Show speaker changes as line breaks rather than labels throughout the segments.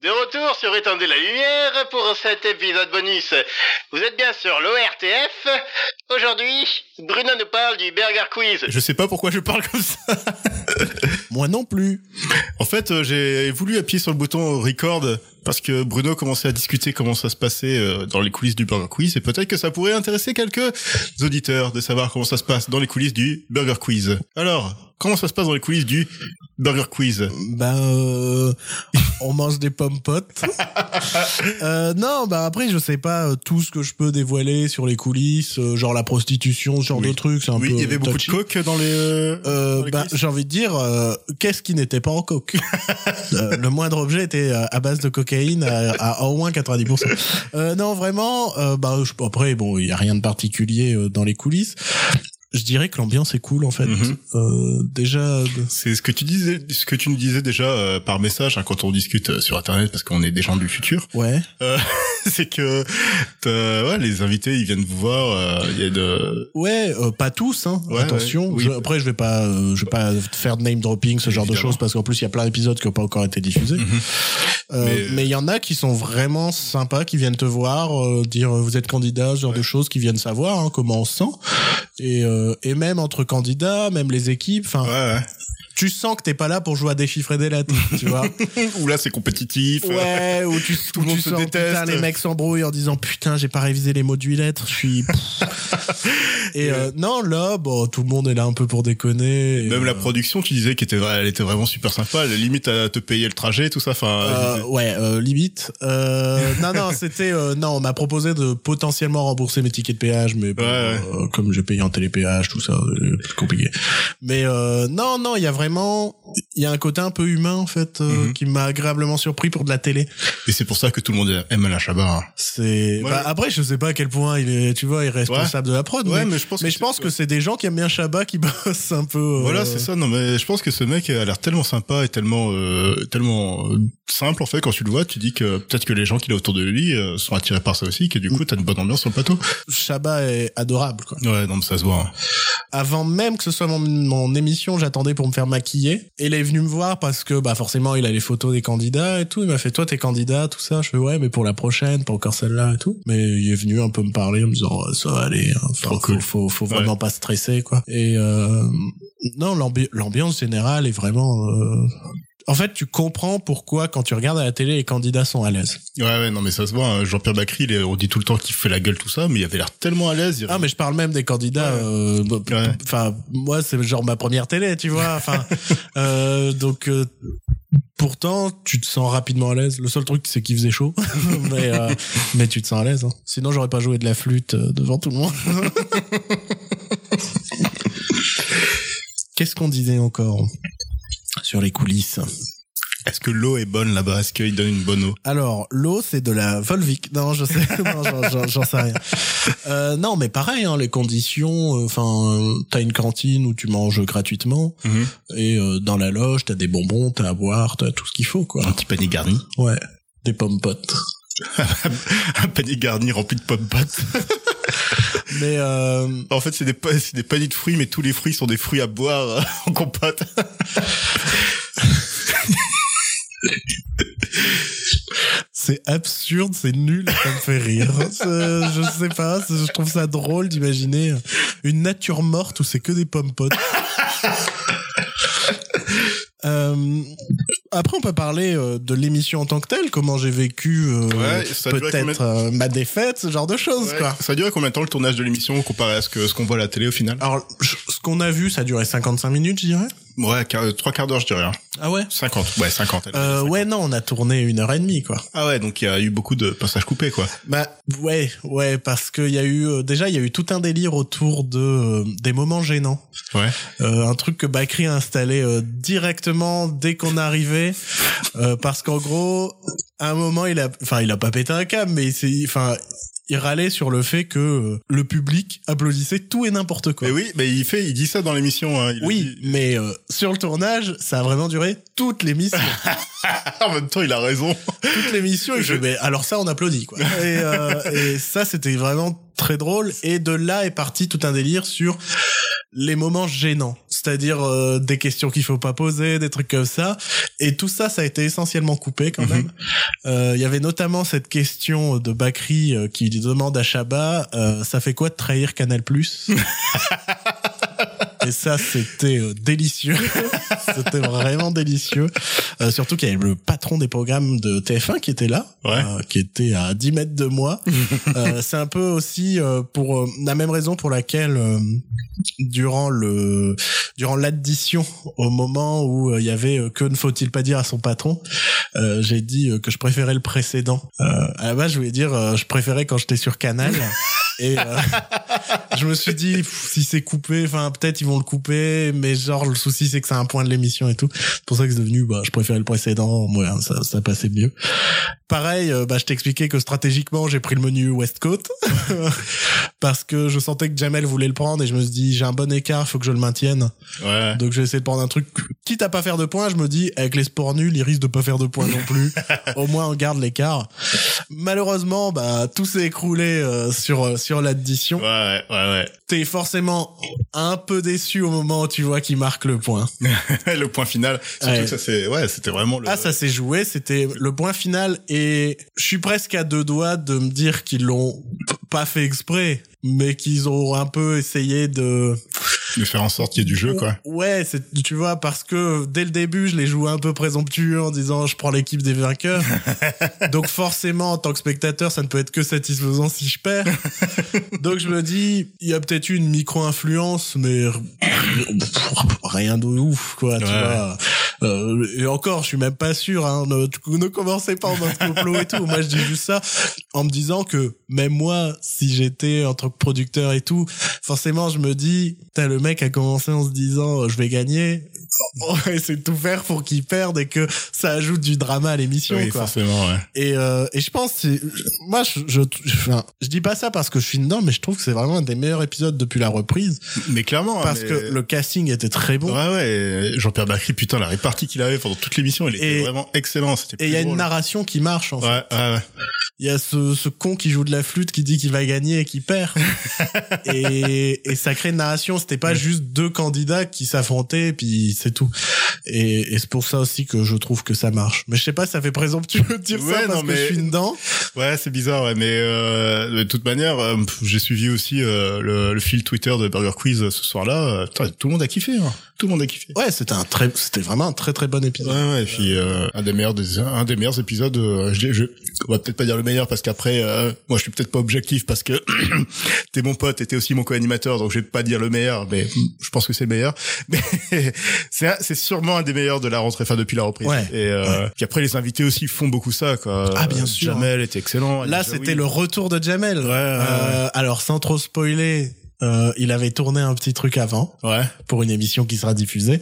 De retour sur Étendez la lumière pour cet épisode bonus. Vous êtes bien sur l'ORTF. Aujourd'hui, Bruno nous parle du Burger Quiz.
Je sais pas pourquoi je parle comme ça. Moi non plus. En fait, euh, j'ai voulu appuyer sur le bouton record parce que Bruno commençait à discuter comment ça se passait euh, dans les coulisses du Burger Quiz et peut-être que ça pourrait intéresser quelques auditeurs de savoir comment ça se passe dans les coulisses du Burger Quiz. Alors, comment ça se passe dans les coulisses du Burger Quiz
Ben, euh, on mange des pommes potes. Euh, non, ben après, je sais pas euh, tout ce que je peux dévoiler sur les coulisses, euh, genre la prostitution, ce genre
Oui.
de trucs. c'est un
Oui,
peu
il y avait beaucoup de
touchy.
coke dans les... euh, dans
Euh,
les
ben,
coulisses.
j'ai envie de dire, euh, qu'est-ce qui n'était pas en coke Euh, Le moindre objet était euh, à base de cocaïne à, à au moins 90%. Euh, non, vraiment, euh, ben, je- après, bon, il y a rien de particulier euh, dans les coulisses. Je dirais que l'ambiance est cool en fait.
Mhm.
Euh, déjà, euh,
C'est ce que tu disais, ce que tu nous disais déjà euh, par message hein, quand on discute euh, sur internet parce qu'on est des gens du futur.
ouais.
c'est que t'as- ouais, les invités ils viennent vous voir. euh, Il y a de
Ouais, euh, pas tous, hein.
Ouais,
attention.
ouais, oui.
Je- après, je vais pas, euh, je vais pas faire de name dropping, ce genre de
Évidemment. Mhm.
choses, parce qu'en plus, il y a plein d'épisodes qui ont pas encore été diffusés. Euh,
Mais, euh,
mais il y en a qui sont vraiment sympas, qui viennent te voir, euh, dire euh, vous êtes candidat, ce genre de choses, qui viennent savoir hein, comment on se sent. Et, euh, et même entre candidats, même les équipes, enfin,
ouais,
tu sens que t'es pas là pour jouer à déchiffrer des lettres, tu vois.
ouais. où là c'est compétitif. euh,
Ouais, où tu,
Tout le
où
monde
tu
se
sens,
déteste.
putain, les mecs s'embrouillent en disant putain, j'ai pas révisé les mots du lettre, je suis. et euh, non, là, bon, tout le monde est là un peu pour déconner. Et,
Même la
euh,
production, tu disais qu'elle était, vra- elle était vraiment super sympa. Elle Limite à te payer le trajet, tout ça. Enfin,
euh, ouais, euh, limite. Euh, non, non, c'était euh, non, on m'a proposé de potentiellement rembourser mes tickets de péage, mais bon,
Ouais, ouais.
euh, comme j'ai payé en télépéage, tout ça, euh, c'est compliqué. Mais euh, non, non, il y a vraiment, il y a un côté un peu humain en fait euh,
Mhm.
qui m'a agréablement surpris pour de la télé.
et c'est pour ça que tout le monde aime Alain Chabat. hein.
C'est
Moi,
bah,
je-
après je sais pas à quel point il est tu vois il est responsable de la prod mais,
je pense.
mais je pense que c'est des gens qui aiment bien Chabat qui bossent un peu euh,
Voilà, c'est ça. Non, mais je pense que ce mec a l'air tellement sympa et tellement, euh, tellement euh, simple en fait. Quand tu le vois, tu dis que peut-être que les gens qu'il a autour de lui euh, sont attirés par ça aussi, que du coup, t'as une bonne ambiance sur le plateau.
Chabat est adorable quoi.
Ouais, non, mais ça se voit. hein.
Avant même que ce soit mon, mon émission, j'attendais pour me faire maquiller et il est venu me voir parce que bah forcément il a les photos des candidats et tout, il m'a fait toi t'es candidat tout ça, je fais ouais mais pour la prochaine, pas encore celle-là et tout. Mais il est venu un peu me parler en me disant Ouais, ça va aller, hein, faut,
Trop cool.
faut, faut, faut
Ouais.
vraiment pas stresser quoi. Et euh, non, l'ambi- l'ambiance générale est vraiment euh, en fait, tu comprends pourquoi quand tu regardes à la télé, les candidats sont à l'aise.
Ouais, ouais, non, mais ça se voit. hein. Jean-Pierre Bacry, il est- on dit tout le temps qu'il fait la gueule, tout ça, mais il avait l'air tellement à l'aise. il-
Ah, mais je parle même des candidats.
Ouais.
euh, bah, p-
Ouais.
p- Enfin, moi, c'est genre ma première télé, tu vois. Enfin, euh, donc. euh, Pourtant, tu te sens rapidement à l'aise. Le seul truc, c'est qu'il faisait chaud, mais euh, mais tu te sens à l'aise. hein. Sinon, j'aurais pas joué de la flûte euh, devant tout le monde. Qu'est-ce qu'on disait encore sur les coulisses
Est-ce que l'eau est bonne là-bas Est-ce qu'il donne une bonne eau
Alors, l'eau, c'est de la Volvic. Non, je sais, non, j'en- j'en- j'en sais rien. Euh, non, mais pareil, hein, les conditions. Enfin, t'as une cantine où tu manges gratuitement
Mm-hmm.
et euh, dans la loge, t'as des bonbons, t'as à boire, t'as tout ce qu'il faut, quoi.
Un petit panier garni.
Ouais, des pommes potes.
Un panier garni rempli de pommes potes.
Mais euh,
en fait, c'est des, pa- c'est des paniers de fruits, mais tous les fruits sont des fruits à boire euh, en compote.
c'est absurde, c'est nul, ça me fait rire. C'est- Je sais pas, c'est- je trouve ça drôle d'imaginer une nature morte où c'est que des pommes potes. Euh, après, on peut parler euh, de l'émission en tant que telle, comment j'ai vécu euh,
Ouais, ça a duré combien
peut-être
de-
euh, ma défaite, ce genre de choses. Quoi.
Ça a duré combien de temps le tournage de l'émission comparé à ce que ce qu'on voit à la télé au final
Alors, je- ce qu'on a vu, ça a duré 55 minutes, je dirais.
Ouais, quart- euh, trois quarts d'heure, je dirais. hein.
Ah ouais
50. Ouais, 50. elle.
euh, ouais, non, on a tourné une heure et demie, quoi.
Ah ouais, donc il y a eu beaucoup de passages coupés, quoi.
Bah ouais, ouais, parce qu'il y a eu euh, déjà il y a eu tout un délire autour de euh, des moments gênants.
Ouais.
Euh, un truc que Bakri a installé euh, directement dès qu'on arrivait, euh, parce qu'en gros, à un moment il a, enfin il a pas pété un câble, mais il s'est, enfin il râlait sur le fait que euh, le public applaudissait tout et n'importe quoi.
Mais Eh oui, mais il fait, il dit ça dans l'émission. hein. Il a
Oui,
dit-
mais euh, sur le tournage, ça a vraiment duré toute l'émission.
en même temps, il a raison.
toute l'émission. et
Je-
Je... fais, Mais alors ça, on applaudit quoi. Et, euh, et ça, c'était vraiment très drôle. Et de là est parti tout un délire sur les moments gênants, c'est-à-dire euh, des questions qu'il faut pas poser, des trucs comme ça. Et tout ça, ça a été essentiellement coupé quand
Mhm.
même. Euh, Il y avait notamment cette question de Bakri euh, qui demande à Chabat, euh, ça fait quoi de trahir Canal Plus Et ça, c'était euh, délicieux. c'était vraiment délicieux. Euh, surtout qu'il y avait le patron des programmes de TF1 qui était là,
Ouais.
euh, qui était à 10 mètres de moi. Euh, c'est un peu aussi euh, pour euh, la même raison pour laquelle euh, durant le durant l'addition au moment où euh, il y avait euh, que ne faut-il pas dire à son patron, euh, j'ai dit euh, que je préférais le précédent. Euh, à la base, je voulais dire euh, je préférais quand j'étais sur Canal. Et euh, je me suis dit, pff, si c'est coupé, enfin peut-être ils vont le couper, mais genre le souci c'est que c'est un point de l'émission et tout. C'est pour ça que c'est devenu, bah, je préférais le précédent, ouais, ça, ça passait mieux. Pareil, euh, bah, je t'expliquais que stratégiquement j'ai pris le menu West Coast parce que je sentais que Jamel voulait le prendre et je me suis dit j'ai un bon écart, faut que je le maintienne.
Ouais.
Donc j'ai essayé de prendre un truc, quitte à pas faire de points, je me dis avec les sports nuls, ils risquent de pas faire de points non plus. Au moins on garde l'écart. Malheureusement, bah tout s'est écroulé euh, sur euh, sur l'addition
Ouais, ouais, ouais.
t'es forcément un peu déçu au moment où tu vois qu'il marque le point.
ouais. le point final. Surtout
Ouais.
que ça, c'est, ouais, c'était vraiment le.
Ah, ça s'est joué, c'était le point final et je suis presque à deux doigts de me dire qu'ils l'ont p- pas fait exprès, mais qu'ils ont un peu essayé de...
De faire en sorte qu'il y ait du jeu, quoi.
Ouais, c'est- tu vois, parce que dès le début, je les joué un peu présomptueux en disant je prends l'équipe des vainqueurs. Donc forcément, en tant que spectateur, ça ne peut être que satisfaisant si je perds. Donc je me dis, il y a peut-être eu une micro-influence, mais rien de ouf, quoi, tu
Ouais.
vois. Euh, et encore, je suis même pas sûr. Hein, ne, ne commencez pas en mode complot et tout. Moi, je dis juste ça en me disant que même moi, si j'étais en tant que producteur et tout, forcément, je me dis, t'as le mec a commencé en se disant, euh, je vais gagner. On va essayer de tout faire pour qu'il perde et que ça ajoute du drama à l'émission.
Oui,
quoi.
forcément, ouais.
Et, euh, et je pense, c'est- moi, je, je, enfin, je dis pas ça parce que je suis dedans, mais je trouve que c'est vraiment un des meilleurs épisodes depuis la reprise
Mais clairement, hein,
parce
Ah, mais-
que le casting était très bon.
Ouais, ouais, et Jean-Pierre Bacry, putain, la répartie qu'il avait pendant toute l'émission, il était
Et-
vraiment excellent. C'était
Et il y a
plus
une
drôle.
narration qui marche, en fait.
Ouais, ouais, ouais.
Il y a ce, ce con qui joue de la flûte qui dit qu'il va gagner et qui perd. et, et ça crée une narration. C'était pas juste deux candidats qui s'affrontaient et puis c'est tout. Et, et c'est pour ça aussi que je trouve que ça marche. Mais je sais pas, ça fait présomptueux de dire
Ouais,
ça parce
non,
que je
mais-
suis dedans.
Ouais, c'est bizarre, ouais, mais euh, de toute manière, euh, pff, j'ai suivi aussi euh, le, le fil Twitter de Burger Quiz euh, ce soir-là. Euh, putain, tout le monde a kiffé, hein. tout le monde a kiffé.
Ouais, c'était un très, c'était vraiment un très très bon
Ouais,
épisode.
ouais, et puis euh, un des meilleurs, des, un des meilleurs épisodes. euh, je, dis- je, on va peut-être pas dire le meilleur parce qu'après, euh, moi, je suis peut-être pas objectif parce que t'es mon pote, et t'es aussi mon co-animateur, donc je vais pas dire le meilleur, mais mm, je pense que c'est le meilleur. Mais c'est, un- c'est sûrement un des meilleurs de la rentrée, enfin depuis la reprise.
Ouais,
et euh, puis après, les invités aussi font beaucoup ça, quoi.
Ah, bien
Euh,
sûr,
Jamel était excellent.
Là,
Anissa
c'était
Wi.
le retour de Jamel. Euh, alors, sans trop spoiler, euh, il avait tourné un petit truc avant
Ouais.
pour une émission qui sera diffusée.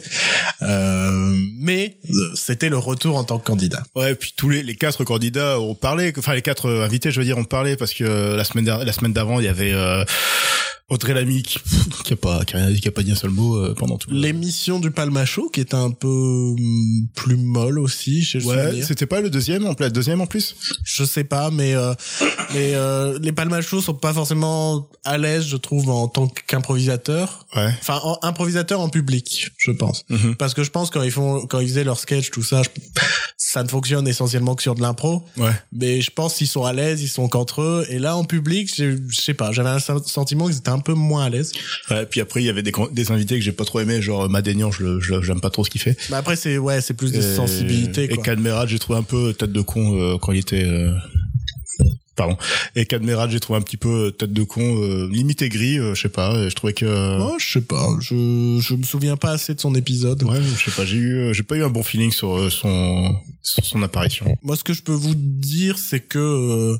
Euh, mais euh, c'était le retour en tant que candidat.
Ouais, et puis tous les, les quatre candidats ont parlé, enfin les quatre euh, invités, je veux dire, ont parlé parce que euh, la semaine d'avant- la semaine d'avant, il y avait euh, Audrey Lamy qui, qui a pas qui a, rien- qui a pas dit un seul mot euh, pendant tout. le-
L'émission du Palmacho, qui était un peu hum, plus molle aussi, chez
Ouais,
le
c'était pas le deuxième en plus, deuxième en plus.
je sais pas, mais euh, mais euh, les Palmachos sont pas forcément à l'aise, je trouve, en tant qu'improvisateur.
Ouais.
Enfin, en- improvisateur en public, je pense.
Mhm.
Parce que je pense quand ils font, quand ils faisaient leur sketch, tout ça, je- ça ne fonctionne essentiellement que sur de l'impro.
Ouais.
Mais je pense qu'ils sont à l'aise, ils sont qu'entre eux. Et là, en public, j'ai- je sais pas, j'avais un sen- sentiment qu'ils étaient un peu moins à l'aise.
ouais. Puis après, il y avait des, can- des invités que j'ai pas trop aimé, genre euh, Madénian, je le- je le- j'aime pas trop ce qu'il fait.
Mais après, c'est ouais, c'est plus des
Et-
sensibilités.
Et
Quoi.
Cadmerad, j'ai trouvé un peu tête de con euh, quand il était. euh, Pardon. Et Cadmerad, j'ai trouvé un petit peu tête de con, euh, limite aigri, euh, je sais pas. euh, Je trouvais que. euh,
Oh, je sais pas, je je me souviens pas assez de son épisode.
Ouais, je sais pas, j'ai eu, euh, j'ai pas eu un bon feeling sur euh, son, sur son apparition.
Moi, ce que je peux vous dire, c'est que euh,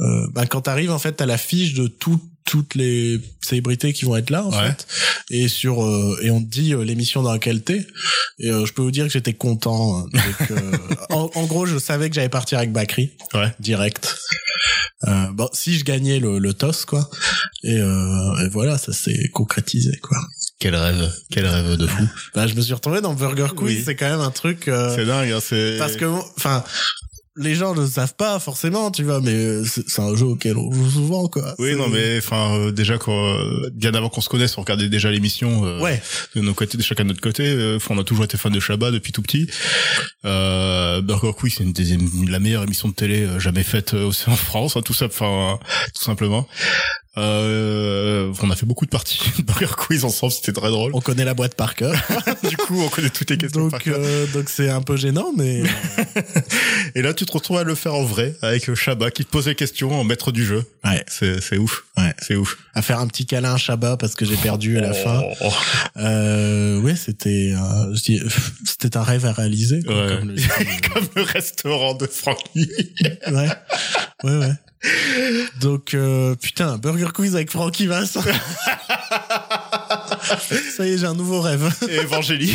euh, ben, quand t'arrives, en fait, t'as la fiche de tout- toutes les célébrités qui vont être là, en
Ouais.
fait, et sur euh, et on te dit euh, l'émission dans laquelle t'es. Et euh, je peux vous dire que j'étais content. hein, avec, euh, en, en gros, je savais que j'allais partir avec Bakri,
Ouais.
direct. Euh, bon, si je gagnais le, le toss, quoi. Et, euh, et voilà, ça s'est concrétisé, quoi. Bah,
Quel rêve, quel rêve de fou.
Ben, je me suis retrouvé dans Burger Quiz,
Oui.
c'est quand même un truc. euh,
C'est dingue, hein, c'est.
parce que, enfin, les gens ne le savent pas forcément, tu vois, mais euh, c'est c'est un jeu auquel on joue souvent, quoi.
Oui,
C'est-
non, mais enfin, euh, déjà, quand, euh, bien avant qu'on se connaisse, on regardait déjà l'émission euh,
Ouais,
de nos côtés, de chacun de notre côté. Euh, enfin, on a toujours été fan de Shabba depuis tout petit. Euh, Burger Quiz, c'est une des, une- la meilleure émission de télé euh, jamais faite euh, aussi en France, hein, tout ça, enfin, tout simplement. Euh, on a fait beaucoup de parties de Burger Quiz ensemble, c'était très drôle.
on connaît la boîte par cœur.
du coup, on connaît toutes les questions. par
donc,
cœur.
euh, donc c'est un peu gênant, mais euh,
Et là, tu te retrouves à le faire en vrai avec euh, Shabba qui te pose les questions en maître du jeu.
ouais,
C'est, c'est ouf.
Ouais.
C'est ouf.
à faire un petit câlin à Shabba parce que j'ai perdu à la fin.
Oh.
Euh, ouais, c'était un, je dis- c'était un rêve à réaliser. quoi,
Ouais.
comme le dit, euh,
Comme le restaurant de Francky.
ouais, ouais, ouais. Donc euh, putain, burger quiz avec Francky Vincent. Ça y est, j'ai un nouveau rêve.
Et Evangélie.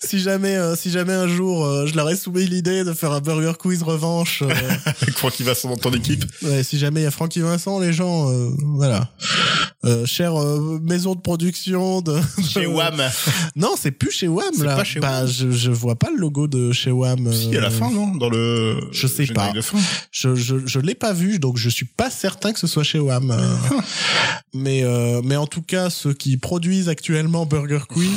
Si jamais, euh, si jamais un jour euh, je leur ai soumis l'idée de faire un burger quiz revanche, euh,
Je crois qu'il va s'en dans ton équipe.
ouais, si jamais il y a Francky Vincent, les gens, euh, voilà, euh, chère euh, maison de production de
Chez Wham.
Non, c'est plus chez Wham
C'est
là.
pas chez
Bah, je, je vois pas le logo de chez Wham. euh,
Si, à la fin, non? Dans le.
Je sais
générique
pas.
de fin.
Je je je l'ai pas vu, donc je suis pas certain que ce soit chez Wham. euh. mais euh, mais en tout cas, ceux qui produisent actuellement Burger Quiz,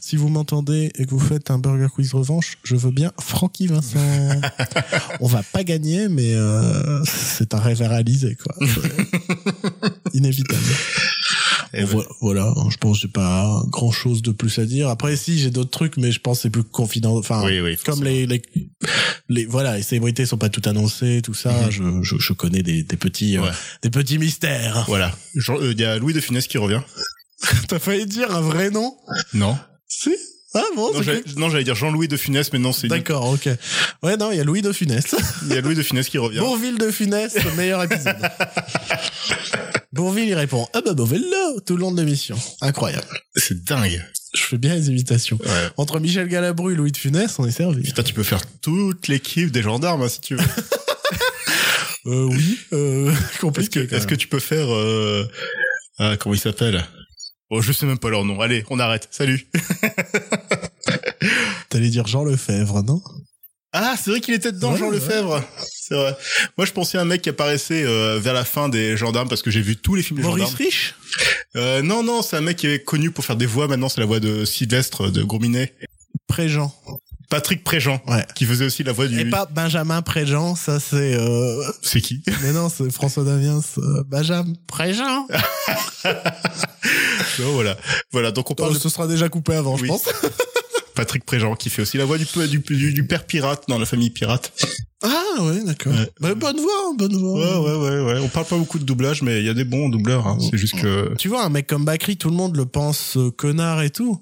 si vous m'entendez et que vous faites un Burger Quiz revanche, je veux bien Francky Vincent. On va pas gagner, mais euh, c'est un rêve à réaliser quoi. C'est Inévitable.
Et
Bon,
ouais.
vo- Voilà, hein, je pense que j'ai pas grand chose de plus à dire. Après, si j'ai d'autres trucs, mais je pense que c'est plus confident. Enfin,
Oui, oui.
comme les, les, les- voilà, les célébrités sont pas toutes annoncées, tout ça.
Mhm.
je, je, je connais des, des petits, euh,
Ouais.
des petits mystères.
Voilà. Jean- euh, Il y a Louis de Funès qui revient.
T'as failli dire un vrai nom
Non.
Si Ah bon
Non,
c'est
j'allais
cool.
non, j'allais dire Jean-Louis de Funès, mais non, c'est.
D'accord, ok. Ouais, non, il y a Louis de Funès.
Il y a Louis de Funès qui revient.
Bourville de Funès, le meilleur épisode. Bourville, il répond Ah bah, Bourville, tout le long de l'émission. Incroyable.
C'est dingue.
Je fais bien les imitations.
Ouais.
Entre Michel Galabru et Louis de Funès, on est servi.
Putain, tu peux faire toute l'équipe des gendarmes, hein, si tu veux.
Euh, oui, euh,
Est-ce que,
compliqué. quand
est-ce que tu peux faire euh, ah, comment il s'appelle Oh, je sais même pas leur nom. Allez, on arrête. Salut.
même. T'allais dire Jean Lefebvre, non
Ah, c'est vrai qu'il était dedans,
Ouais,
Jean
ouais.
Lefebvre. C'est vrai. Moi, je pensais à un mec qui apparaissait euh, vers la fin des gendarmes parce que j'ai vu tous les films des
Maurice
gendarmes.
Rich
Euh, non, non, c'est un mec qui est connu pour faire des voix. Maintenant, c'est la voix de Sylvestre euh, de Grominet.
Préjean.
Patrick Préjean,
Ouais.
qui faisait aussi la voix du.
Et pas Benjamin Préjean, ça c'est... Euh...
C'est qui
Mais non, c'est François Damiens. euh, Benjamin Ah, Préjean
Non, voilà, voilà. Donc on parle
Oh,
de
Ce sera déjà coupé avant,
Oui.
je pense.
Patrick Préjean qui fait aussi la voix du du, du, du père pirate dans la famille pirate.
Ah ouais, d'accord.
Ouais.
Bah, bonne voix, hein, bonne voix.
Ouais, ouais, ouais, ouais. On parle pas beaucoup de doublage, mais il y a des bons doubleurs. hein. C'est juste que.
Tu vois, un mec comme Bakri, tout le monde le pense euh, connard et tout.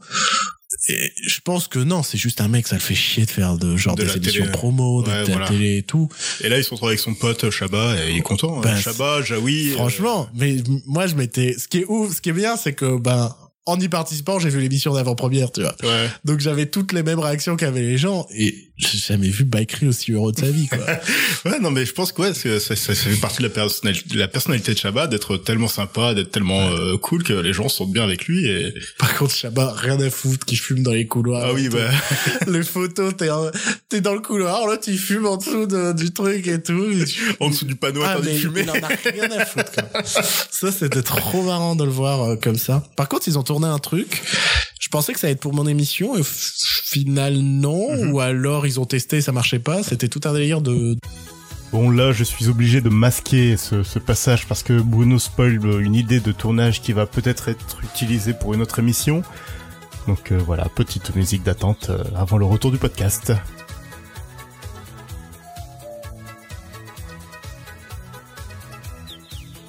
Et je pense que non, c'est juste un mec, ça le fait chier de faire de genre
De
des
la
émissions
télé.
promo, de
Ouais,
la
voilà.
télé et tout.
Et là, il se retrouve avec son pote Shabba et il est content.
Bah,
hein. Shabba, Jaoui. euh,
Franchement, mais m- moi je m'étais. Ce qui est ouf, ce qui est bien, c'est que ben en y participant, j'ai vu l'émission d'avant-première, tu vois.
Ouais.
Donc j'avais toutes les mêmes réactions qu'avaient les gens et j'ai jamais vu Bakri aussi heureux de sa vie. Quoi.
Ouais, non, mais je pense que ouais, c'est- ça, ça, ça fait partie de la, personnalité, de la personnalité de Shabba d'être tellement sympa, d'être tellement euh, cool que les gens se sentent bien avec lui. Et...
Par contre, Chabat, rien à foutre, qui fume dans les couloirs.
Ah oui, bah,
Les photos, t'es en- t'es dans le couloir, là tu fumes en dessous de- du truc et tout. Et tu-
en dessous du panneau,
Ah,
attendez de
mais
fumer.
il en a rien à foutre. quoi. Ça, c'était trop marrant de le voir euh, comme ça. Par contre, ils ont tourné un truc. Je pensais que ça allait être pour mon émission. Et au final, non.
Mhm.
Ou alors, ils ont testé, ça marchait pas. C'était tout un délire de.
Bon là je suis obligé de masquer ce, ce passage parce que Bruno spoil euh, une idée de tournage qui va peut-être être utilisée pour une autre émission. Donc euh, voilà, petite musique d'attente euh, avant le retour du podcast.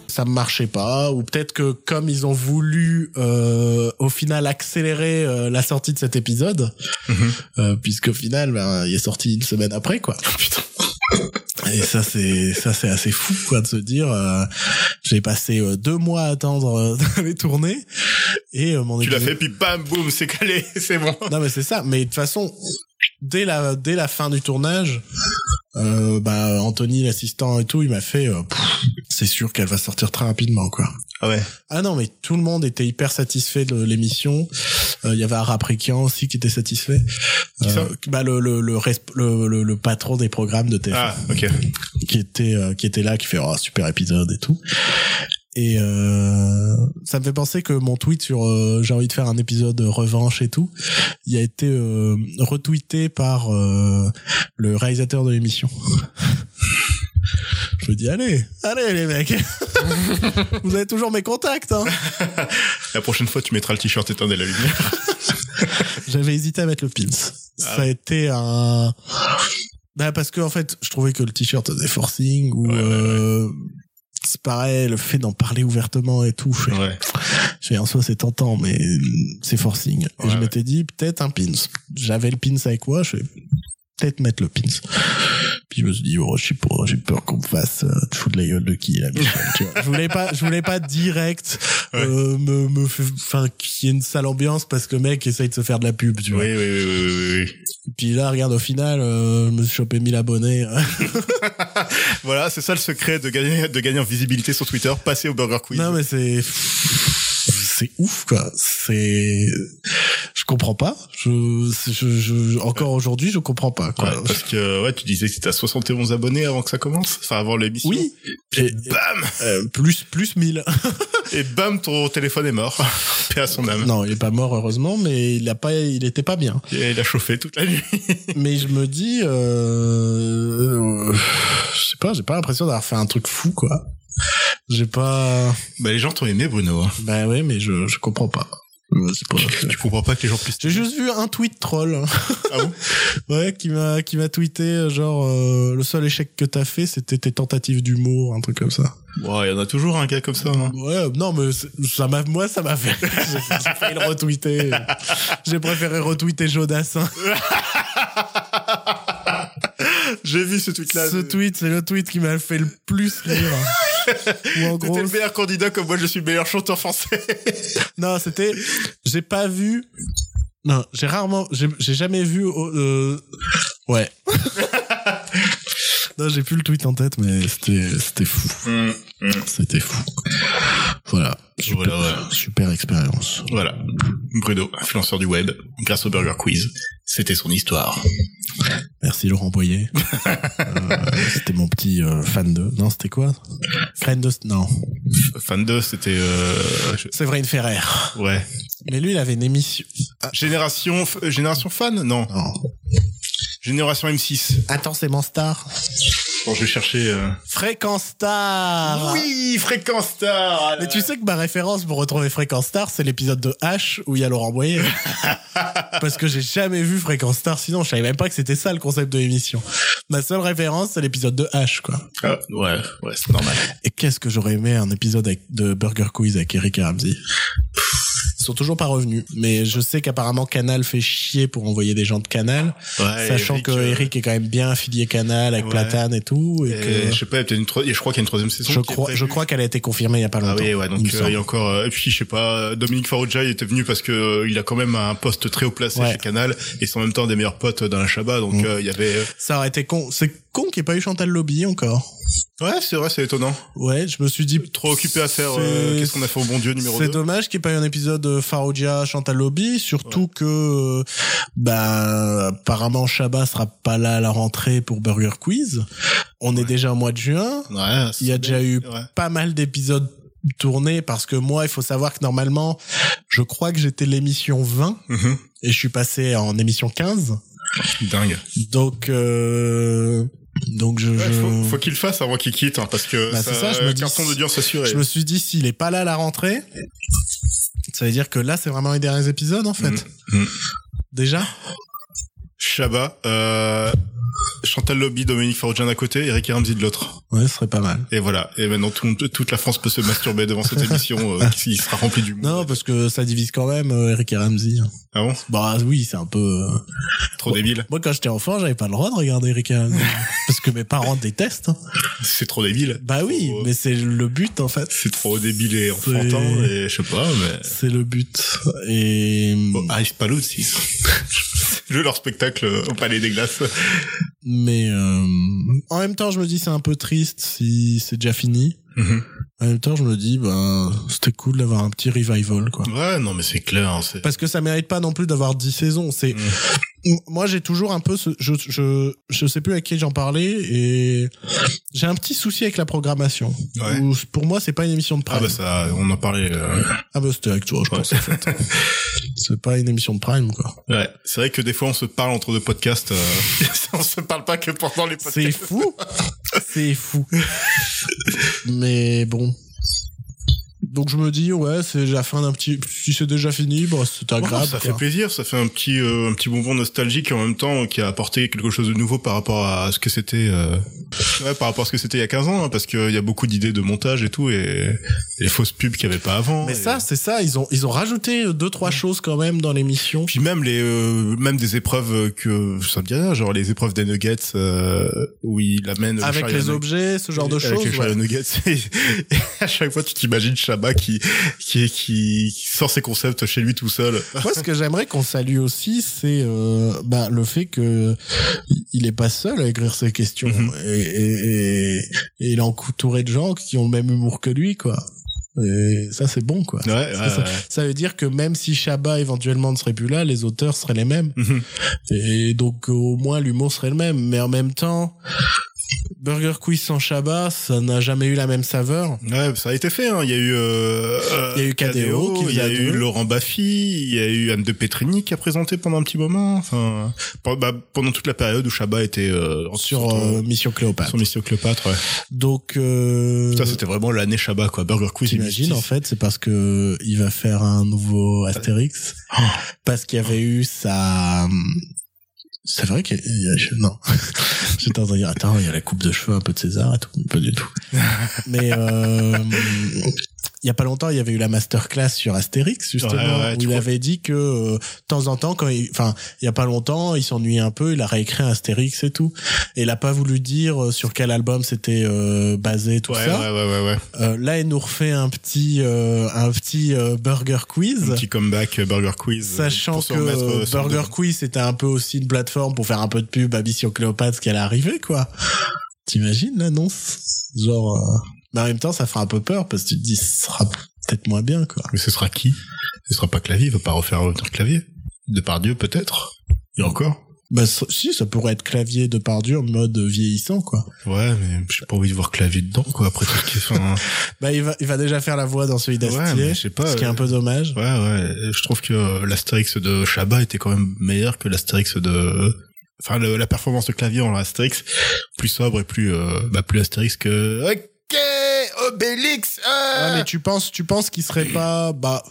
Ça marchait pas. Ou peut-être que, comme ils ont voulu, euh, au final, accélérer euh, la sortie de cet épisode,
Mhm.
euh, puisqu'au final, ben, il est sorti une semaine après, quoi.
Putain.
Et ça, c'est ça, c'est assez fou, quoi, de se dire. euh, j'ai passé euh, deux mois à attendre euh, les tournées et euh, mon
Tu l'as
épisode-
fait, puis bam, boum, c'est calé, c'est bon.
Non, mais c'est ça. Mais de toute façon, dès la dès la fin du tournage, euh, bah Anthony, l'assistant et tout, il m'a fait. euh, Pff, c'est sûr qu'elle va sortir très rapidement, quoi.
Ah ouais.
Ah non, mais tout le monde était hyper satisfait de l'émission. Euh, Il y avait Araprikian aussi qui était satisfait.
Qui ça
bah, le, le, le, resp- le, le- le patron des programmes de TF1
Ah, ok.
qui était euh, qui était là qui fait oh, super épisode et tout et euh, ça me fait penser que mon tweet sur euh, j'ai envie de faire un épisode revanche et tout il a été euh, retweeté par euh, le réalisateur de l'émission je me dis allez allez les mecs vous avez toujours mes contacts hein
La prochaine fois, tu mettras le t-shirt éteindre la lumière.
J'avais hésité à mettre le pins.
Ah
Ça a été un. Bah parce que en fait, je trouvais que le t-shirt faisait forcing ou
Ouais, ouais, ouais.
euh, c'est pareil le fait d'en parler ouvertement et tout. Je fais-
Ouais.
je fais en soi c'est tentant, mais c'est forcing. Et
Ouais,
je
ouais.
m'étais dit peut-être un pins. J'avais le pins avec moi. Je fais peut-être mettre le pins. Puis je me suis dit oh je sais pas, j'ai peur qu'on me fasse euh, te foutre la gueule de qui là. Michel, tu vois. Je voulais pas, je voulais pas direct euh, me me fait- enfin qu'il y ait une sale ambiance parce que le mec essaye de se faire de la pub. Tu
Oui,
vois.
oui, oui, oui, oui, oui.
Puis là, regarde, au final, euh, je me suis chopé 1000 abonnés.
Voilà, c'est ça le secret de gagner, de gagner en visibilité sur Twitter, passer au Burger Quiz.
Non, mais c'est... C'est ouf, quoi. C'est... Je comprends pas. Je, je, je- encore aujourd'hui, je comprends pas,
Ouais,
quoi.
parce que ouais, tu disais que t'étais à 71 abonnés avant que ça commence, enfin avant l'émission.
oui. Et,
Bam
euh, plus, plus 1000.
Et bam, ton téléphone est mort. Paix à son âme.
non, il est pas mort, heureusement, mais il a pas, il était pas bien.
Et il a chauffé toute la nuit.
mais je me dis, euh, euh, je sais pas, j'ai pas l'impression d'avoir fait un truc fou, quoi. J'ai pas,
Bah les gens t'ont aimé Bruno. hein.
bah ouais, mais je, je comprends pas. Je sais pas.
Tu comprends pas que les gens puissent.
J'ai juste vu un tweet troll.
Ah bon
ouais, qui m'a qui m'a tweeté euh, genre euh, le seul échec que t'as fait c'était tes tentatives d'humour, un truc comme ça.
Ouais, il y en a toujours un gars comme ça. hein.
Ouais, euh, non mais c'est- ça m'a moi ça m'a fait j'ai j'ai failli le retweeter. J'ai préféré retweeter Jodassin.
J'ai vu ce tweet là.
Ce tweet, c'est le tweet qui m'a fait le plus rire. Ou en gros,
T'es le meilleur candidat comme moi, je suis le meilleur chanteur français.
non, c'était j'ai pas vu non, j'ai rarement j'ai j'ai jamais vu euh, ouais. Non, j'ai plus le tweet en tête, mais c'était c'était fou. C'était fou. Voilà. Super,
Voilà, ouais.
super expérience.
Voilà. Bruno, influenceur du web, grâce au Burger Quiz. C'était son histoire.
Merci Laurent Boyer. Euh, c'était mon petit euh, fan de. Non, c'était quoi Fan de. Non.
Fan 2, c'était... euh, je-
Séverine Ferrer.
Ouais.
Mais lui, il avait une émission.
Génération, f- euh, génération fan Non.
Non.
Génération M6.
Intensément star.
Bon, je vais chercher... euh,
Fréquence star.
Oui, Fréquence Star
Ah. Mais tu sais que ma référence pour retrouver Fréquence Star, c'est l'épisode de H où il y a Laurent Boyer. Parce que j'ai jamais vu Fréquence Star, sinon je savais même pas que c'était ça le concept de l'émission. Ma seule référence, c'est l'épisode de H, quoi.
Ah, ouais, ouais, c'est normal.
Et qu'est-ce que j'aurais aimé un épisode avec- de Burger Quiz avec Eric et Ramsey. Ils sont toujours pas revenus, mais je sais qu'apparemment Canal fait chier pour envoyer des gens de Canal,
Ouais,
sachant
Eric,
que
euh,
Eric est quand même bien affilié Canal avec
Ouais.
Platane et tout, et,
euh,
que
je sais pas, il y a peut-être une tro- je crois qu'il y a une troisième saison. qui
je
est
crois,
prévue.
je crois qu'elle a été confirmée il y a pas
Ah
longtemps.
oui, ouais,
il
donc
me
euh,
semble.
il y a encore. euh, et puis, je sais pas, Dominique Farrugia il était venu parce que euh, il a quand même un poste très haut placé
Ouais.
chez Canal et c'est en même temps des meilleurs potes d'un Chabat, donc
Mm.
euh, il y avait. euh,
ça aurait été con. C'est con qu'il n'y ait pas eu Chantal Lobby encore.
euh, Ouais, c'est vrai, c'est étonnant.
Ouais, je me suis dit
Trop occupé à faire. euh,
c'est-
Qu'est-ce qu'on a fait au bon Dieu numéro
C'est
2
dommage qu'il n'y ait pas eu un épisode euh, Faroudia Chantal Lobby, surtout que euh, bah apparemment Chabat sera pas là à la rentrée pour Burger Quiz. On est déjà au mois de juin.
Ouais, c'est
Il y a déjà eu
Ouais.
pas mal d'épisodes tournés parce que moi, il faut savoir que normalement, je crois que j'étais l'émission 20
Mhm.
et je suis passé en émission 15.
Dingue.
Donc euh, donc je,
Ouais,
je-
faut, faut qu'il le fasse avant qu'il quitte, hein, parce que
Bah, c'est ça, je me dis-
carton d'audience assuré.
je me suis dit s'il est pas là à la rentrée, ça veut dire que là, c'est vraiment les derniers épisodes en fait.
Mhm. Mhm.
Déjà.
Chabat, euh, Chantal Lobby, Dominique Farrugia d'un côté, Eric et Ramsey de l'autre.
Ouais, ce serait pas mal.
Et voilà. Et maintenant, tout le monde- toute la France peut se masturber devant cette émission euh, qui sera remplie du monde.
Non, bah- parce que ça divise quand même, euh, Eric et Ramsey.
Ah bon
Bah oui, c'est un peu... euh,
Trop débile.
Moi, quand j'étais enfant, j'avais pas le droit de regarder Eric et Ramsey. parce que mes parents détestent. hein.
C'est trop débile.
Bah oui,
Trop-
mais c'est le but, en fait.
C'est trop débile et
C'est-
enfantant et je sais pas, mais...
C'est le but. Et...
Bon, Arrive pas l'autre, si. Je leur spectacle au Palais des Glaces.
Mais... euh, En même temps, je me dis, c'est un peu triste si c'est déjà fini. En même temps, je me dis, ben, c'était cool d'avoir un petit revival, quoi.
Ouais, non, mais c'est clair. hein, c'est-
Parce que ça mérite pas non plus d'avoir 10 saisons. C'est
Mm.
M- moi j'ai toujours un peu ce je je je sais plus à qui j'en parlais et j'ai un petit souci avec la programmation.
Ouais.
Où, pour moi c'est pas une émission de
Ah
prime.
bah ça, on en parlait. euh,
Ah bah, c'était avec toi je
Ouais.
pense en fait. c'est pas une émission de prime quoi.
Ouais, c'est vrai que des fois on se parle entre deux podcasts. euh, on se parle pas que pendant les podcasts.
C'est fou. c'est fou. Mais bon. Donc je me dis ouais c'est la fin d'un petit si c'est déjà fini bon c'est
Oh,
agréable.
ça
quoi.
fait plaisir, ça fait un petit euh, un petit bonbon nostalgique et en même temps qui a apporté quelque chose de nouveau par rapport à ce que c'était euh, ouais, par rapport à ce que c'était il y a 15 ans hein, parce qu'il y a beaucoup d'idées de montage et tout et les fausses pubs qu'il y avait pas avant.
Mais
Et-
ça c'est ça ils ont ils ont rajouté deux trois choses quand même dans l'émission.
puis même les euh, même des épreuves que ça me dit rien, genre les épreuves des nuggets euh, où il amène le
Avec
chariot
les
nugget-
objets, ce genre de
Avec
choses.
les
ouais.
chariot nuggets. Et à chaque fois, tu t'imagines Shabba qui, qui, qui sort ses concepts chez lui tout seul.
Moi, ce que j'aimerais qu'on salue aussi, c'est euh, bah, le fait que il est pas seul à écrire ses questions
Mhm.
et, et- et- et il est entouré de gens qui ont le même humour que lui, quoi. Et ça, c'est bon, quoi.
Ouais,
ça. Ça veut dire que même si Chabat éventuellement ne serait plus là, les auteurs seraient les mêmes.
Mhm.
Et donc au moins l'humour serait le même. Mais en même temps, Burger Quiz sans Chabat, ça n'a jamais eu la même saveur.
Ouais, ça a été fait. Hein. Il y a eu, euh,
Il y a eu
euh,
KDO, qui
il y a
faisait
eu
deux.
Laurent Baffy, il y a eu Anne de Petrini qui a présenté pendant un petit moment. Enfin, pe- bah, pendant toute la période où Chabat était euh, en-
Sur
son-
euh, Mission Cléopâtre.
son Mission Cléopâtre. Ouais.
Donc, euh,
Putain, c'était vraiment l'année Chabat quoi. Burger Quiz.
T'imagines
2006.
en fait, c'est parce que il va faire un nouveau Astérix
Ah.
parce qu'il y avait eu sa. C'est vrai qu'il y a je- non. J'étais en train de dire attends, il y a la coupe de cheveux un peu de César et tout, pas du tout. Mais euh, il y a pas longtemps, il y avait eu la masterclass sur Astérix justement
Ouais, ouais,
où
tu
il
crois-
avait dit que euh, de temps en temps quand il enfin il y a pas longtemps, il s'ennuyait un peu, il a réécrit un Astérix et tout et il a pas voulu dire euh, sur quel album c'était euh, basé tout
Ouais,
ça.
ouais, ouais, ouais, ouais.
Euh, là, elle nous refait un petit, euh, un petit euh, burger quiz.
Un petit comeback euh, Burger Quiz. euh,
Sachant
pour se
que
remettre, euh,
euh,
sur
Burger
de-
Quiz c'était un peu aussi une plateforme pour faire un peu de pub à Mission Cléopâtre qu'elle est arrivée quoi. T'imagines l'annonce Genre. euh, Mais en même temps ça fera un peu peur parce que tu te dis ce sera peut-être moins bien quoi.
Mais ce sera qui Ce sera pas Clavier. Il va pas refaire revenir Clavier. De par Dieu peut-être. Et encore.
Bah ça- si ça pourrait être clavier de Pardieu en mode vieillissant quoi.
Ouais, mais j'ai pas envie de voir Clavier dedans quoi. Après tout ce hein. qui. Enfin,
Bah il va, il va déjà faire la voix dans celui d'Astier.
ouais, mais je sais pas. euh,
ce qui est un peu dommage.
Ouais, ouais. Je trouve que euh, l'Astérix de Chabat était quand même meilleur que l'Astérix de. Enfin, le- la performance de clavier en Astérix, plus sobre et plus, euh, bah, plus Astérix que. Ok, Obélix. ah
Ouais, mais tu penses, tu penses qu'il serait pas, bah,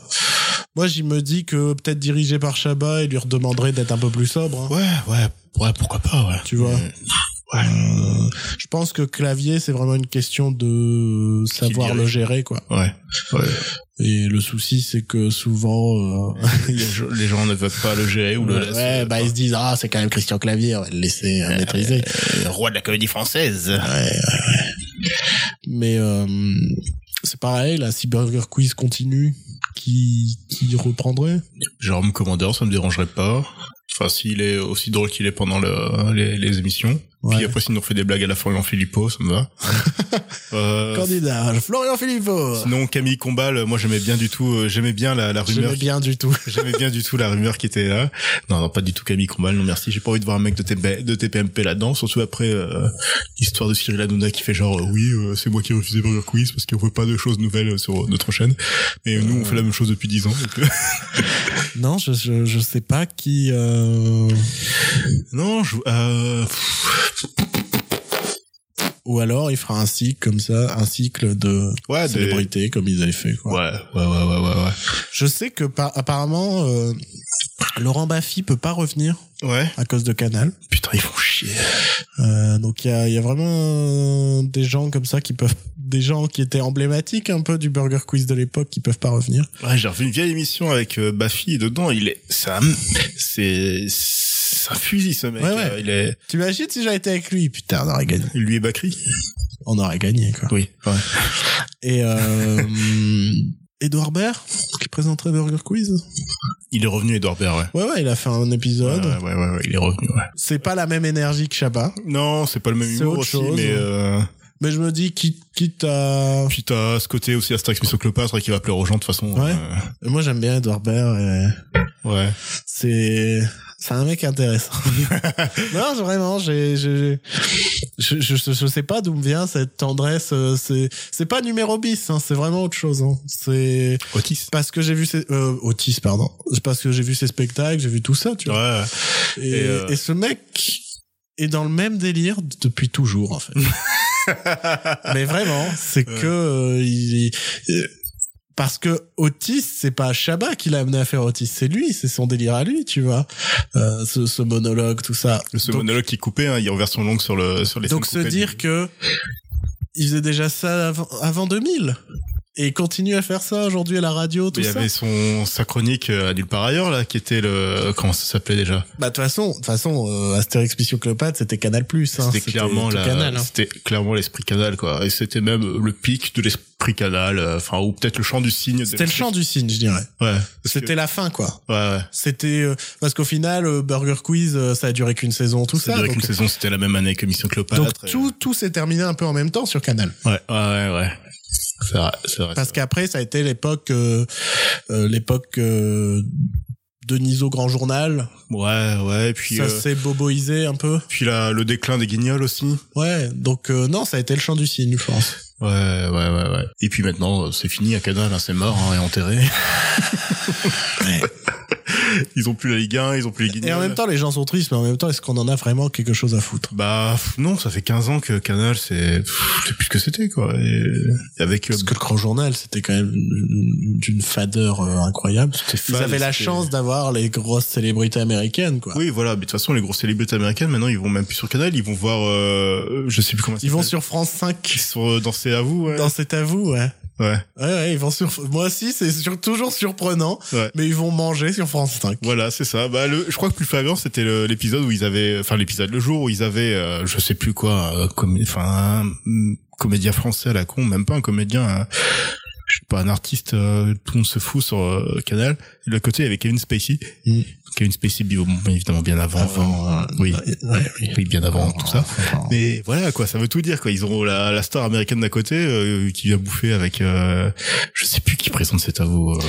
moi j'y me dis que peut-être dirigé par Chabat, il lui redemanderait d'être un peu plus sobre. hein.
ouais, ouais, ouais, pourquoi pas, ouais.
Tu vois.
Mais- Ouais.
Euh, je pense que clavier, c'est vraiment une question de savoir
dirige.
le gérer, quoi.
Ouais. ouais.
Et le souci, c'est que souvent, euh,
les, gens, les gens ne veulent pas le gérer ou le euh, laissent.
ouais, bah ils se disent ah c'est quand même Christian Clavier, on va le laisser euh, maîtriser.
euh, roi de la comédie française.
Mais euh, c'est pareil, là, si Burger Quiz continue, qui qui reprendrait
Jérôme Commandeur, ça me dérangerait pas. Enfin, s'il est aussi drôle qu'il est pendant le- les, les émissions.
Ouais.
Puis euh, après, s'il nous fait des blagues à la Florian Philippot, ça me va. Euh,
Candidat Florian Philippot.
sinon, Camille Combal, moi j'aimais bien du tout, euh, j'aimais bien la, la rumeur,
J'aimais
qui-
bien du tout.
j'aimais bien du tout la rumeur qui était là. Non, non, pas du tout Camille Combal, non merci. J'ai pas envie de voir un mec de, TP de TPMP là-dedans, surtout après euh, l'histoire de Cyril Hanouna qui fait genre euh, oui, euh, c'est moi qui ai refusé Burger Quiz parce qu'on veut pas de choses nouvelles euh, sur notre chaîne. Et nous,
Euh.
on fait la même chose depuis 10 ans. donc, euh,
Non, je, je, je sais pas qui. euh,
non, je, euh,
Ou alors il fera un cycle comme ça, un cycle de
ouais, des-
célébrités comme ils avaient fait.
ouais,
Quoi.
ouais, ouais, ouais, ouais, ouais.
Je sais que par- apparemment euh, Laurent Baffy peut pas revenir
Ouais.
à cause de Canal.
Putain, ils font chier.
Euh, donc il y a, il y a vraiment euh, des gens comme ça qui peuvent, des gens qui étaient emblématiques un peu du Burger Quiz de l'époque qui peuvent pas revenir.
Ouais, j'ai revu une vieille émission avec euh, Baffy et dedans, il est, c'est un, c'est, c'est un fusil ce mec.
Ouais, ouais.
euh, il est,
T'imagines si j'avais été avec lui Putain, on aurait gagné.
lui est Bakri.
On aurait gagné quoi.
Oui. Ouais.
Et euh, Edouard Baird qui présenterait Burger Quiz.
Il est revenu Edouard Baird, ouais.
Ouais ouais, il a fait un épisode.
Ouais, ouais, ouais, ouais, il est revenu, ouais.
c'est pas la même énergie que Chabat.
Non, c'est pas le même
C'est
humour
autre
aussi,
chose,
mais
ouais.
euh,
Mais je me dis, quitte, quitte à...
Puis t'as ce côté aussi Astérix Cléopâtre qui va plaire aux gens de toute façon.
Ouais.
euh,
Moi, j'aime bien Edward Baird et...
ouais.
c'est c'est un mec intéressant. non, vraiment, j'ai j'ai- j'ai- je, je je sais pas d'où me vient cette tendresse. euh, C'est c'est pas numéro bis, hein, c'est vraiment autre chose. Hein. C'est
Otis.
parce que j'ai vu ces euh, Otis, pardon, C'est parce que j'ai vu ces spectacles, j'ai vu tout ça, tu vois.
Ouais.
Et,
Et, euh,
et ce mec est dans le même délire depuis toujours, en fait. Mais vraiment, c'est
Ouais.
que euh, il, il- parce que Otis, c'est pas Chabat qui l'a amené à faire Otis, c'est lui, c'est son délire à lui, tu vois. Euh, ce, ce monologue, tout ça.
Ce
Donc-
monologue qui est coupé, hein, il est en version longue sur le sur les.
donc se
scènes coupées
dire
du-
que il faisait déjà ça avant, avant 2000 et continue à faire ça aujourd'hui à la radio, tout
Il y
ça.
avait son sa chronique euh, adulte par ailleurs là, qui était le comment ça s'appelait déjà
Bah de toute façon, de toute façon, euh, Astérix Mission Cléopâtre, c'était Canal Plus. Hein,
C'était clairement
tout
la,
Canal, hein.
c'était clairement l'esprit canal quoi. Et c'était même le pic de l'esprit canal, euh, enfin ou peut-être le chant du cygne.
C'était le chant du cygne, je dirais.
Ouais.
C'était la fin, quoi.
Ouais, ouais.
C'était euh, parce qu'au final, euh, Burger Quiz, euh, ça a duré qu'une saison, tout
Ça
ça.
dirait
Donc, euh,
qu'une euh. saison, c'était la même année que Mission Cléopâtre.
donc
et- euh,
tout, tout s'est terminé un peu en même temps sur Canal.
Ouais, ouais, ouais. ouais. C'est vrai, c'est vrai.
Parce
c'est
qu'après, ça a été l'époque, euh, euh, l'époque euh, Deniso Grand Journal.
vrai. Ouais, ouais. Et puis,
ça
euh,
s'est boboisé un peu.
puis là, le déclin des guignols aussi.
Ouais. Donc euh, non, ça a été le chant du cygne, je pense.
Ouais, ouais, ouais, ouais. Et puis maintenant, euh, c'est fini à Canal, hein, c'est mort hein, et enterré. Ils ont plus la Ligue 1, ils ont plus les guignols.
Et en même temps, les gens sont tristes, mais en même temps, est-ce qu'on en a vraiment quelque chose à foutre
Bah pff, non, ça fait 15 ans que Canal, c'est pff, je sais plus ce que c'était quoi. Et et avec euh,
Parce que le Grand Journal, c'était quand même une- d'une fadeur euh, incroyable.
c'était
Ils
fade,
avaient la
Bah, c'était-
chance d'avoir les grosses célébrités américaines, quoi.
Oui, voilà, mais de toute façon, les grosses célébrités américaines, maintenant, ils vont même plus sur Canal, ils vont voir, euh, je sais plus comment ça
Ils vont
s'appelle.
sur France 5.
Ils sont euh, danser à vous, ouais.
Non, c'est à vous, ouais.
Ouais.
Ouais, ouais, ils vont sur... Moi aussi, c'est sur- toujours surprenant,
Ouais.
mais ils vont manger sur France 5.
Voilà, c'est ça. Bah, le, je crois que plus flagrant, c'était le- l'épisode où ils avaient, enfin l'épisode le jour où ils avaient, euh, je sais plus quoi, euh, comé- enfin un, mm, comédien français à la con, même pas un comédien, un- je sais pas, un artiste, euh, tout le monde se fout sur euh, Canal. Et de l'autre côté, il y avait Kevin Spacey.
Mm.
Kevin Spacey, bi- bon, évidemment, bien avant. euh,
Avant,
oui,
ouais, ouais, oui.
oui, bien avant euh, tout ça.
Avant.
Mais voilà quoi, ça veut tout dire quoi. Ils ont la, la star américaine d'à côté euh, qui vient bouffer avec, euh, je sais plus qui présente cet avo. euh,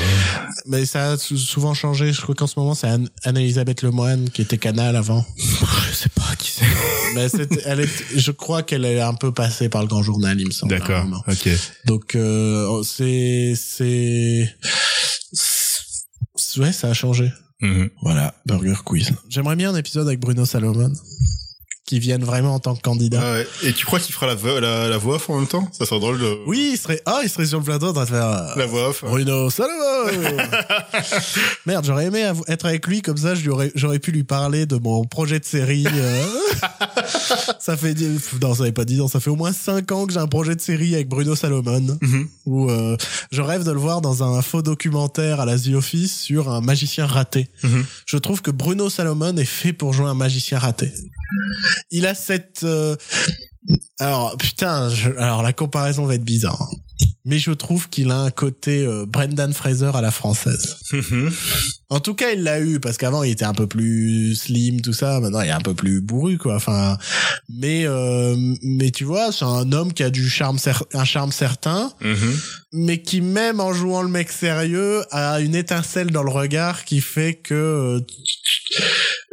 Mais ça a sou- souvent changé. Je crois qu'en ce moment, c'est Anne- Anne-Elisabeth Lemoine qui était canal avant.
je sais pas qui c'est.
Mais c'était- elle est, je crois qu'elle est un peu passée par le grand journal, il me semble. à un
D'accord.
moment.
Ok.
Donc, euh, c'est, c'est, c'est- ouais, ça a changé.
Mhm.
Voilà, Burger Quiz. J'aimerais bien un épisode avec Bruno Salomon, qui vienne vraiment en tant que candidat.
Ah ouais. Et tu crois qu'il fera la, vo- la, la voix off en même temps Ça serait drôle de...
Oui, il serait, ah, il serait sur le plateau en train de faire euh,
La voix off.
Bruno Salomon. Merde, j'aurais aimé av- être avec lui comme ça, je lui aurais- j'aurais pu lui parler de mon projet de série. euh. ça fait dix- non, ça fait pas dix ans, ça fait au moins cinq ans que j'ai un projet de série avec Bruno Salomon,
Mhm.
où euh, je rêve de le voir dans un faux documentaire à la The Office sur un magicien raté.
Mhm.
Je trouve que Bruno Salomon est fait pour jouer un magicien raté. Il a cette. euh, Alors, putain, je- alors la comparaison va être bizarre. hein. Mais je trouve qu'il a un côté euh, Brendan Fraser à la française.
Mhm.
En tout cas, il l'a eu parce qu'avant il était un peu plus slim, tout ça. Maintenant, il est un peu plus bourru, quoi. Enfin, mais euh, mais tu vois, c'est un homme qui a du charme, cer- un charme certain,
Mhm.
mais qui même en jouant le mec sérieux a une étincelle dans le regard qui fait que euh,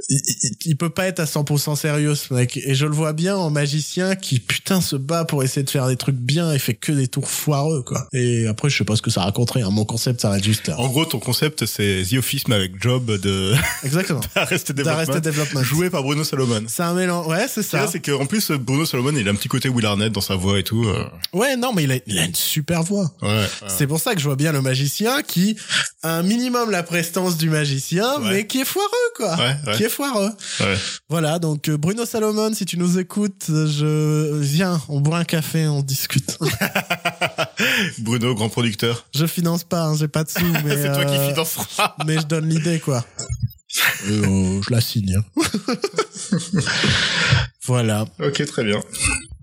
il, il- il peut pas être à 100% sérieux ce mec et je le vois bien en magicien qui putain se bat pour essayer de faire des trucs bien et fait que des tours foireux quoi et après je sais pas ce que ça raconterait hein. mon concept ça reste juste euh, là.
En gros, ton concept, c'est The Office, mais avec Job de
exactement
Arrested
d'arrêter
Development,
développement
joué par Bruno Salomon.
c'est un mélange ouais c'est
Ce qu'il y a,
ça
c'est qu'en plus, Bruno Salomon, il a un petit côté Will Arnett dans sa voix et tout. euh,
ouais non mais il a, il a une super voix
Ouais.
C'est pour ça que je vois bien le magicien qui a un minimum la prestance du magicien,
Ouais.
mais qui est foireux, quoi.
Ouais, ouais.
Qui est foireux.
Ouais.
Voilà, donc euh, Bruno Salomon, si tu nous écoutes, euh, je viens, on boit un café, on discute.
Bruno, grand producteur.
je finance pas, hein, j'ai pas de sous, mais
C'est toi qui
euh,
financeras.
mais je donne l'idée, quoi. Et, euh, je la signe. hein. voilà,
ok, très bien.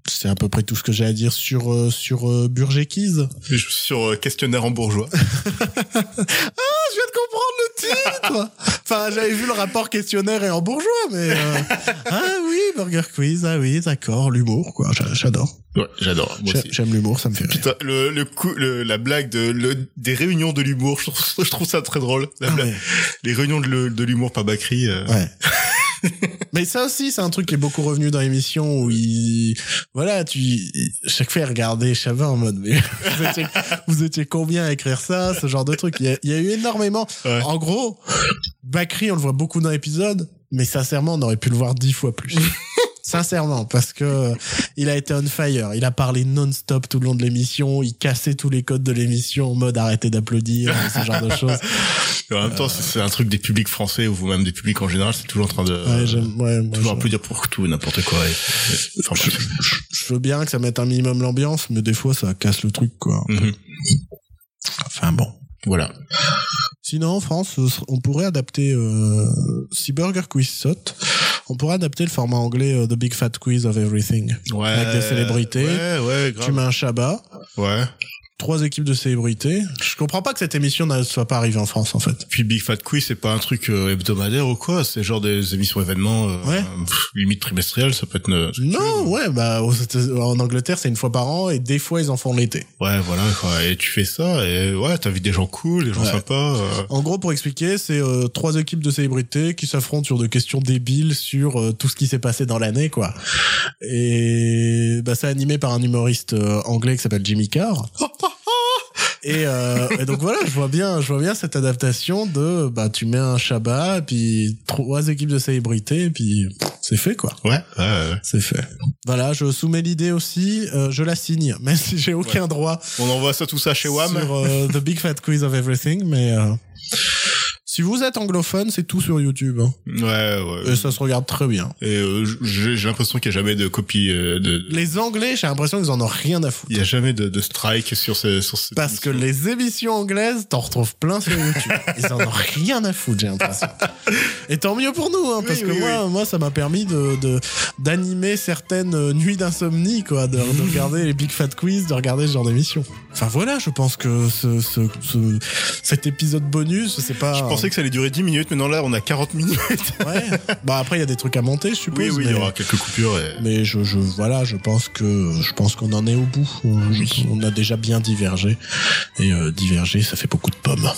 c'est à peu près tout ce que j'ai à dire sur euh, sur euh, Burger Keys.
Sur euh, questionnaire en bourgeois.
je viens de comprendre le titre Enfin, j'avais vu le rapport questionnaire et en bourgeois, mais... euh, Ah oui, Burger Quiz, ah oui, d'accord, l'humour, quoi, j'a- j'adore.
Ouais, j'adore. Moi
J'a-
aussi.
J'aime l'humour, ça me fait rire.
Putain, le, le coup, le- la blague de, le- des réunions de l'humour, je trouve, je trouve ça très drôle. La
Ah
blague-
ouais.
Les réunions de, le- de l'humour par Bakri. euh,
Ouais. Mais ça aussi, c'est un truc qui est beaucoup revenu dans l'émission où il, voilà, tu, il- chaque fois, il regardait Chavin en mode, mais vous étiez, vous étiez combien à écrire ça, ce genre de truc. Il y a, il y a eu énormément.
Ouais.
En gros, Bakri, on le voit beaucoup dans l'épisode, mais sincèrement, on aurait pu le voir dix fois plus. Sincèrement, parce que il a été on fire. Il a parlé non-stop tout le long de l'émission. Il cassait tous les codes de l'émission en mode arrêtez d'applaudir, ce genre de choses.
Et en même temps, c'est c'est un truc des publics français ou même des publics en général, c'est toujours en train de
Ouais, j'aime, ouais, moi,
toujours
je-
un peu dire pour tout et n'importe quoi. et- et- enfin, bref.
je veux bien que ça mette un minimum l'ambiance, mais des fois ça casse le truc quoi.
Mhm.
Enfin bon.
Voilà.
Sinon en France, ce ser- on pourrait adapter euh, si Burger Quiz saute, on pourrait adapter le format anglais euh, The Big Fat Quiz of Everything.
Ouais.
Avec des célébrités.
Ouais, ouais,
Tu
grave.
mets un Shabbat,
Ouais.
trois équipes de célébrités. Je comprends pas que cette émission ne soit pas arrivée en France en fait.
Puis Big Fat Quiz, c'est pas un truc euh, hebdomadaire ou quoi, c'est genre des émissions événements, euh,
Ouais.
pff, limite trimestrielles, ça peut être... une-
Non, ouais, bah aux États- en Angleterre c'est une fois par an et des fois ils en font l'été.
Ouais, voilà, quoi. Et tu fais ça, et ouais, t'invites des gens cool, des gens
Ouais.
sympas. euh.
En gros, pour expliquer, c'est euh, trois équipes de célébrités qui s'affrontent sur des questions débiles sur euh, tout ce qui s'est passé dans l'année, quoi. Et bah, c'est animé par un humoriste euh, anglais qui s'appelle Jimmy Carr. Et, euh, et donc voilà, je vois bien, je vois bien cette adaptation de bah tu mets un Shabbat, puis trois équipes de célébrités, et puis pff, c'est fait quoi.
Ouais, ouais, ouais.
C'est fait. Voilà, je soumets l'idée aussi, euh, je la signe, même si j'ai aucun droit
On envoie ça, tout ça chez WAM.
sur euh, The Big Fat Quiz of Everything, mais euh, si vous êtes anglophone, c'est tout sur YouTube. hein.
Ouais, ouais.
Et ça se regarde très bien.
Et euh, j'ai j'ai l'impression qu'il n'y a jamais de copie euh, de...
Les Anglais, j'ai l'impression qu'ils en ont rien à foutre.
Il n'y a jamais de, de strike sur ce... Sur cette
Parce que
émission.
les émissions anglaises, t'en retrouves plein sur YouTube. Ils en ont rien à foutre, j'ai l'impression. Et tant mieux pour nous, hein,
Oui,
parce que
oui,
moi, moi, ça m'a permis de de- d'animer certaines euh, nuits d'insomnie, quoi, de, de regarder les Big Fat Quiz, de regarder ce genre d'émission. Enfin voilà, je pense que ce, ce, ce- cet épisode bonus, c'est pas.
Je pensais que ça allait durer 10 minutes, mais non, là, on a 40 minutes.
Ouais. Bah après il y a des trucs à monter, je suppose.
oui, oui, il
mais,
y aura quelques coupures. Et...
mais je, je voilà, je pense que je pense qu'on en est au bout. Euh, je- on a déjà bien divergé et euh, diverger, ça fait beaucoup de pommes.